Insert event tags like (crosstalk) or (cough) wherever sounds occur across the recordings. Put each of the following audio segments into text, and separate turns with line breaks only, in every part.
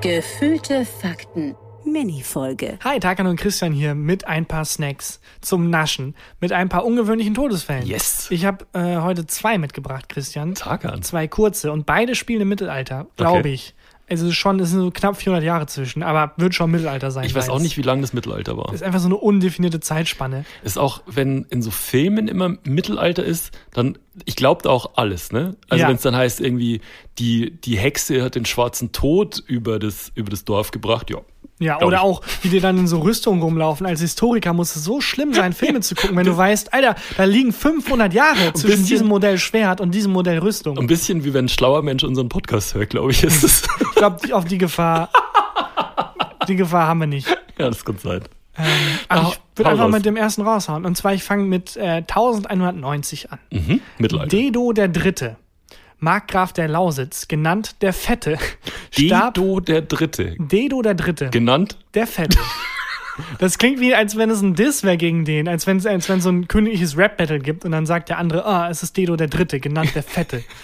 Gefühlte Fakten. Mini-Folge.
Hi, Tarkan und Christian hier mit ein paar Snacks zum Naschen, mit ein paar ungewöhnlichen Todesfällen.
Yes.
Ich habe äh, heute zwei mitgebracht, Christian.
Tarkan.
Zwei kurze und beide spielen im Mittelalter, glaube
Okay.
ich. Also schon, es sind so knapp 400 Jahre zwischen, aber wird schon Mittelalter sein.
Ich weiß auch
beides.
nicht, wie lang das Mittelalter war.
Ist einfach so eine undefinierte Zeitspanne.
Ist auch, wenn in so Filmen immer Mittelalter ist, dann, ich glaube da auch alles, ne? Also
Ja.
wenn es dann heißt, irgendwie, die, die Hexe hat den schwarzen Tod über das, über das Dorf gebracht, ja.
Ja,
Glaub
oder
ich.
auch, wie die dann in so Rüstungen rumlaufen. Als Historiker muss es so schlimm
(laughs)
sein, Filme zu gucken, wenn du weißt, Alter, da liegen 500 Jahre zwischen
bisschen-
diesem Modell Schwert und diesem Modell Rüstung.
Ein bisschen wie wenn ein schlauer Mensch unseren Podcast hört, glaube ich, ist es. (laughs)
Ich glaube, auf die Gefahr. die Gefahr haben wir nicht.
ja, das kann sein.
Aber
Hau-
ich würde
hau
einfach
raus.
mit dem ersten raushauen. Und zwar, ich fange mit äh, 1190 an.
Mhm. Mittelalter.
Dedo der Dritte, Markgraf der Lausitz, genannt der
(laughs)
Fette, starb.
Dedo der Dritte.
Dedo der Dritte,
Genannt
der
(laughs)
Fette. Das klingt wie, als wenn es ein Diss wäre gegen den, als wenn es als wenn so ein königliches Rap-Battle gibt und dann sagt der andere, ah, es ist Dedo der Dritte, genannt der Fette.
(laughs)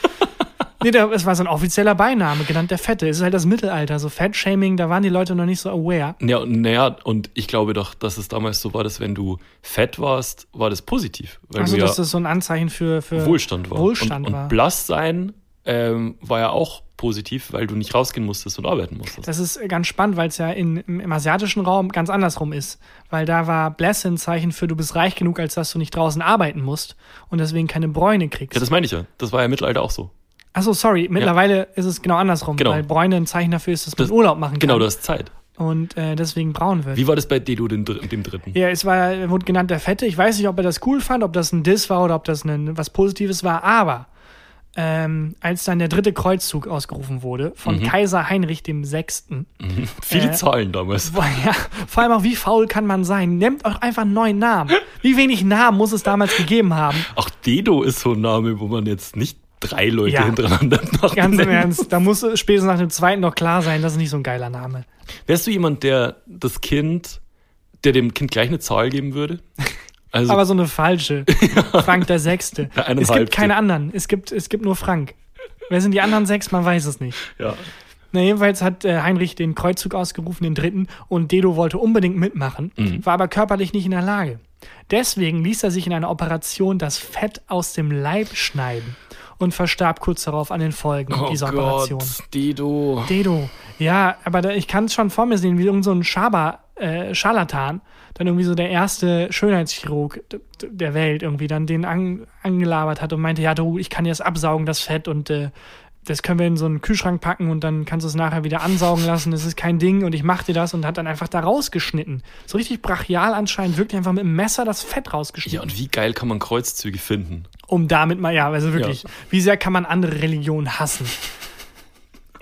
Nee, der, es war so ein offizieller Beiname, genannt der Fette. Es ist halt das Mittelalter, so Fat-Shaming, da waren die Leute noch nicht so aware.
Ja, und, naja, und ich glaube doch, dass es damals so war, dass wenn du fett warst, war das positiv. Weil
Also,
du
dass
ja
das so ein Anzeichen für, für
Wohlstand war.
Wohlstand
und,
war.
und blass sein ähm, war ja auch positiv, weil du nicht rausgehen musstest und arbeiten musstest.
Das ist ganz spannend, weil es ja in, im, im asiatischen Raum ganz andersrum ist. Weil da war Blessing ein Zeichen für, du bist reich genug, als dass du nicht draußen arbeiten musst und deswegen keine Bräune kriegst.
ja, das meine ich ja. Das war ja im Mittelalter auch so.
Achso, sorry, mittlerweile ist es genau andersrum,
Genau.
weil Bräune ein Zeichen dafür ist, dass man
Das-
Urlaub machen kann
Genau, du hast Zeit.
und äh, deswegen braun wird.
Wie war das bei Dedo, dem, Dr- dem Dritten?
Ja, es war, er wurde genannt der Fette. Ich weiß nicht, ob er das cool fand, ob das ein Diss war oder ob das ein, was Positives war, aber ähm, als dann der dritte Kreuzzug ausgerufen wurde von
Mhm.
Kaiser Heinrich dem Sechsten,
Viele
äh,
Zahlen damals.
Boah, Ja, vor allem auch, wie faul kann man sein? Nehmt euch einfach einen neuen Namen. Wie wenig Namen muss es damals gegeben haben?
Auch Dedo ist so ein Name, wo man jetzt nicht drei Leute
Ja.
hintereinander (laughs) macht.
Ganz im Ernst, da muss es spätestens nach dem zweiten noch klar sein, das ist nicht so ein geiler Name.
Wärst du jemand, der das Kind, der dem Kind gleich eine Zahl
(laughs)
geben würde? Also
Aber so eine falsche. Frank der Sechste.
Ja, eine
es gibt
halbte.
keine anderen. Es gibt, es gibt nur Frank. Wer sind die anderen sechs? Man weiß es nicht.
ja.
Na, jedenfalls hat äh, Heinrich den Kreuzzug ausgerufen, den dritten, und Dedo wollte unbedingt mitmachen, war aber körperlich nicht in der Lage. Deswegen ließ er sich in einer Operation das Fett aus dem Leib schneiden und verstarb kurz darauf an den Folgen
Oh
dieser Operation.
Dedo.
Dedo, ja, aber da, ich kann es schon vor mir sehen, wie irgend so ein Schaber, äh, Scharlatan, dann irgendwie so der erste Schönheitschirurg d- d- der Welt irgendwie dann den an, angelabert hat und meinte, ja du, ich kann dir das absaugen, das Fett und äh, das können wir in so einen Kühlschrank packen und dann kannst du es nachher wieder ansaugen lassen, das ist kein Ding und ich mach dir das und hat dann einfach da rausgeschnitten. So richtig brachial anscheinend, wirklich einfach mit dem Messer das Fett
Ja,
rausgeschnitten.
und wie geil kann man Kreuzzüge finden?
Um damit mal, ja, also wirklich,
Ja.
wie sehr kann man andere Religionen hassen?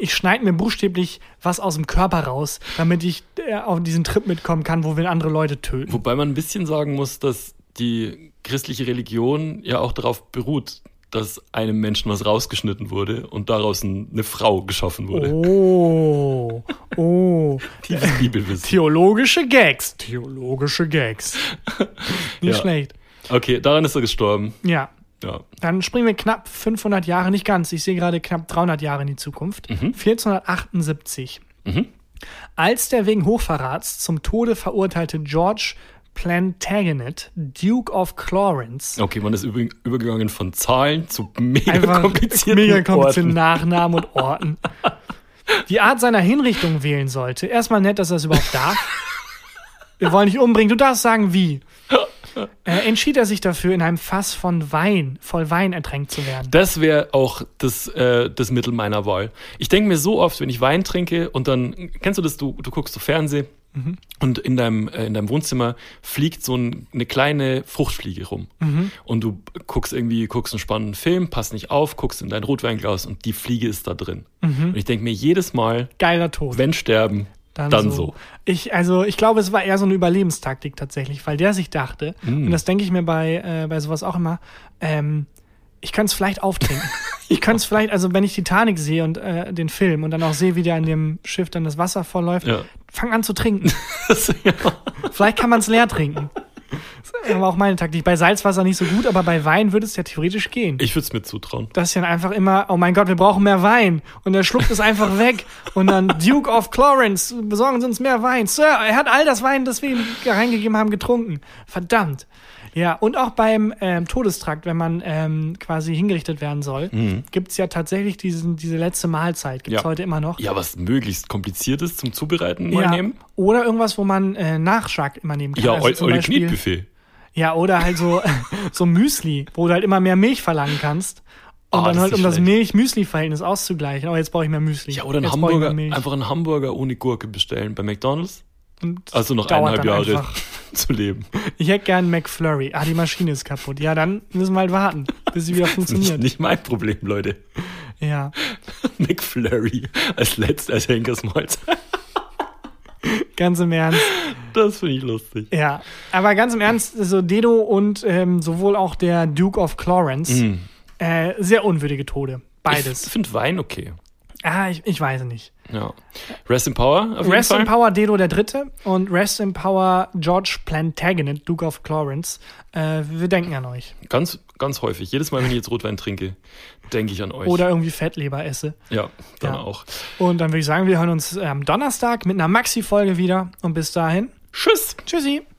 Ich schneide mir buchstäblich was aus dem Körper raus, damit ich äh, auf diesen Trip mitkommen kann, wo wir andere Leute töten.
Wobei man ein bisschen sagen muss, dass die christliche Religion ja auch darauf beruht, dass einem Menschen was rausgeschnitten wurde und daraus ein, eine Frau geschaffen wurde.
Oh, oh.
Tiefes Bibelwissen.
Theologische Gags. Theologische Gags. Nicht
Ja.
schlecht.
Okay, daran ist er gestorben.
Ja.
Ja.
Dann springen wir knapp 500 Jahre, nicht ganz, ich sehe gerade knapp 300 Jahre in die Zukunft.
Mhm.
1478. Als der wegen Hochverrats zum Tode verurteilte George Plantagenet, Duke of Clarence,
Okay, man ist übrigens übergegangen von Zahlen zu mega
einfach
komplizierten
mega komplizierten
Orten.
Nachnamen und
(laughs)
Orten, die Art seiner Hinrichtung wählen sollte. Erstmal nett, dass er es überhaupt darf. Wir wollen dich umbringen, du darfst sagen wie. Äh, entschied er sich dafür, in einem Fass von Wein, voll Wein ertränkt zu werden.
Das wäre auch das, äh, das Mittel meiner Wahl. Ich denke mir so oft, wenn ich Wein trinke und dann, kennst du das, du, du guckst so Fernsehen und in deinem, äh, in deinem Wohnzimmer fliegt so ein, eine kleine Fruchtfliege rum. Und du guckst irgendwie, guckst einen spannenden Film, passt nicht auf, guckst in dein Rotweinglas und die Fliege ist da drin. Und ich denke mir jedes Mal,
Geiler Tod.
wenn sterben, dann, so.
Ich, also ich glaube, es war eher so eine Überlebenstaktik tatsächlich, weil der sich dachte,
Mhm.
und das denke ich mir bei, äh, bei sowas auch immer, ähm, ich könnte es vielleicht
(laughs)
auftrinken. ich könnte es vielleicht, also wenn ich Titanic sehe und äh, den Film und dann auch sehe, wie der an dem Schiff dann das Wasser vorläuft,
Ja. (laughs)
fang an zu trinken.
Das, ja.
vielleicht kann man es leer trinken. Das war auch meine Taktik. Bei Salzwasser nicht so gut, aber bei Wein würde es ja theoretisch gehen.
Ich würde es mir zutrauen.
Das ist ja einfach immer, oh mein Gott, wir brauchen mehr Wein. Und er schluckt es
(laughs)
einfach weg. Und dann Duke of Clarence, besorgen Sie uns mehr Wein. Sir, er hat all das Wein, das wir ihm reingegeben haben, getrunken. Verdammt. Ja, und auch beim ähm, Todestrakt, wenn man ähm, quasi hingerichtet werden soll, gibt es ja tatsächlich diesen, diese letzte Mahlzeit. Gibt es
Mhm. Ja.
heute immer noch.
Ja, was möglichst kompliziertes zum Zubereiten mal nehmen.
Oder irgendwas, wo man äh, Nachschlag immer nehmen kann.
Ja,
Also
eu-
zum
euer
Beispiel-
Knetbuffet.
Ja, oder halt
(laughs)
so, so Müsli, wo du halt immer mehr Milch verlangen kannst. Und
Ah,
dann
das
halt,
ist
um das
schlecht.
Milch-Müsli-Verhältnis auszugleichen. Oh, jetzt brauche ich mehr Müsli.
Ja, oder ein
jetzt brauche ich
Hamburger,
mehr Milch.
einfach einen Hamburger ohne Gurke bestellen bei McDonalds.
Und
(laughs) Also noch
dauert
eineinhalb
dann
Jahre
einfach.
(laughs) zu leben.
Ich hätte gern McFlurry. Ah, die Maschine ist kaputt. Ja, dann müssen wir halt warten, bis sie wieder
(laughs) Nicht,
funktioniert.
nicht mein Problem, Leute. (laughs)
Ja.
McFlurry als letzter als Henkersmahlzeit.
Ganz im Ernst.
(laughs) Das finde ich lustig.
Ja. Aber ganz im Ernst, so Dedo und ähm, sowohl auch der Duke of Clarence, äh, sehr unwürdige Tode.
Mhm. Ich
Beides.
finde Wein okay.
ah, ich, ich weiß nicht.
Ja. Rest in Power auf jeden
Rest
Fall.
in Power Dedo der Dritte und Rest in Power George Plantagenet, Duke of Clarence. Äh, wir denken an euch.
Ganz, ganz häufig. Jedes Mal, wenn ich jetzt Rotwein trinke, denke ich an euch.
Oder irgendwie Fettleber esse.
ja, dann
Ja.
auch.
Und dann würde ich sagen, wir hören uns am Donnerstag mit einer Maxi-Folge wieder. Und bis dahin,
Tschüss!
tschüssi.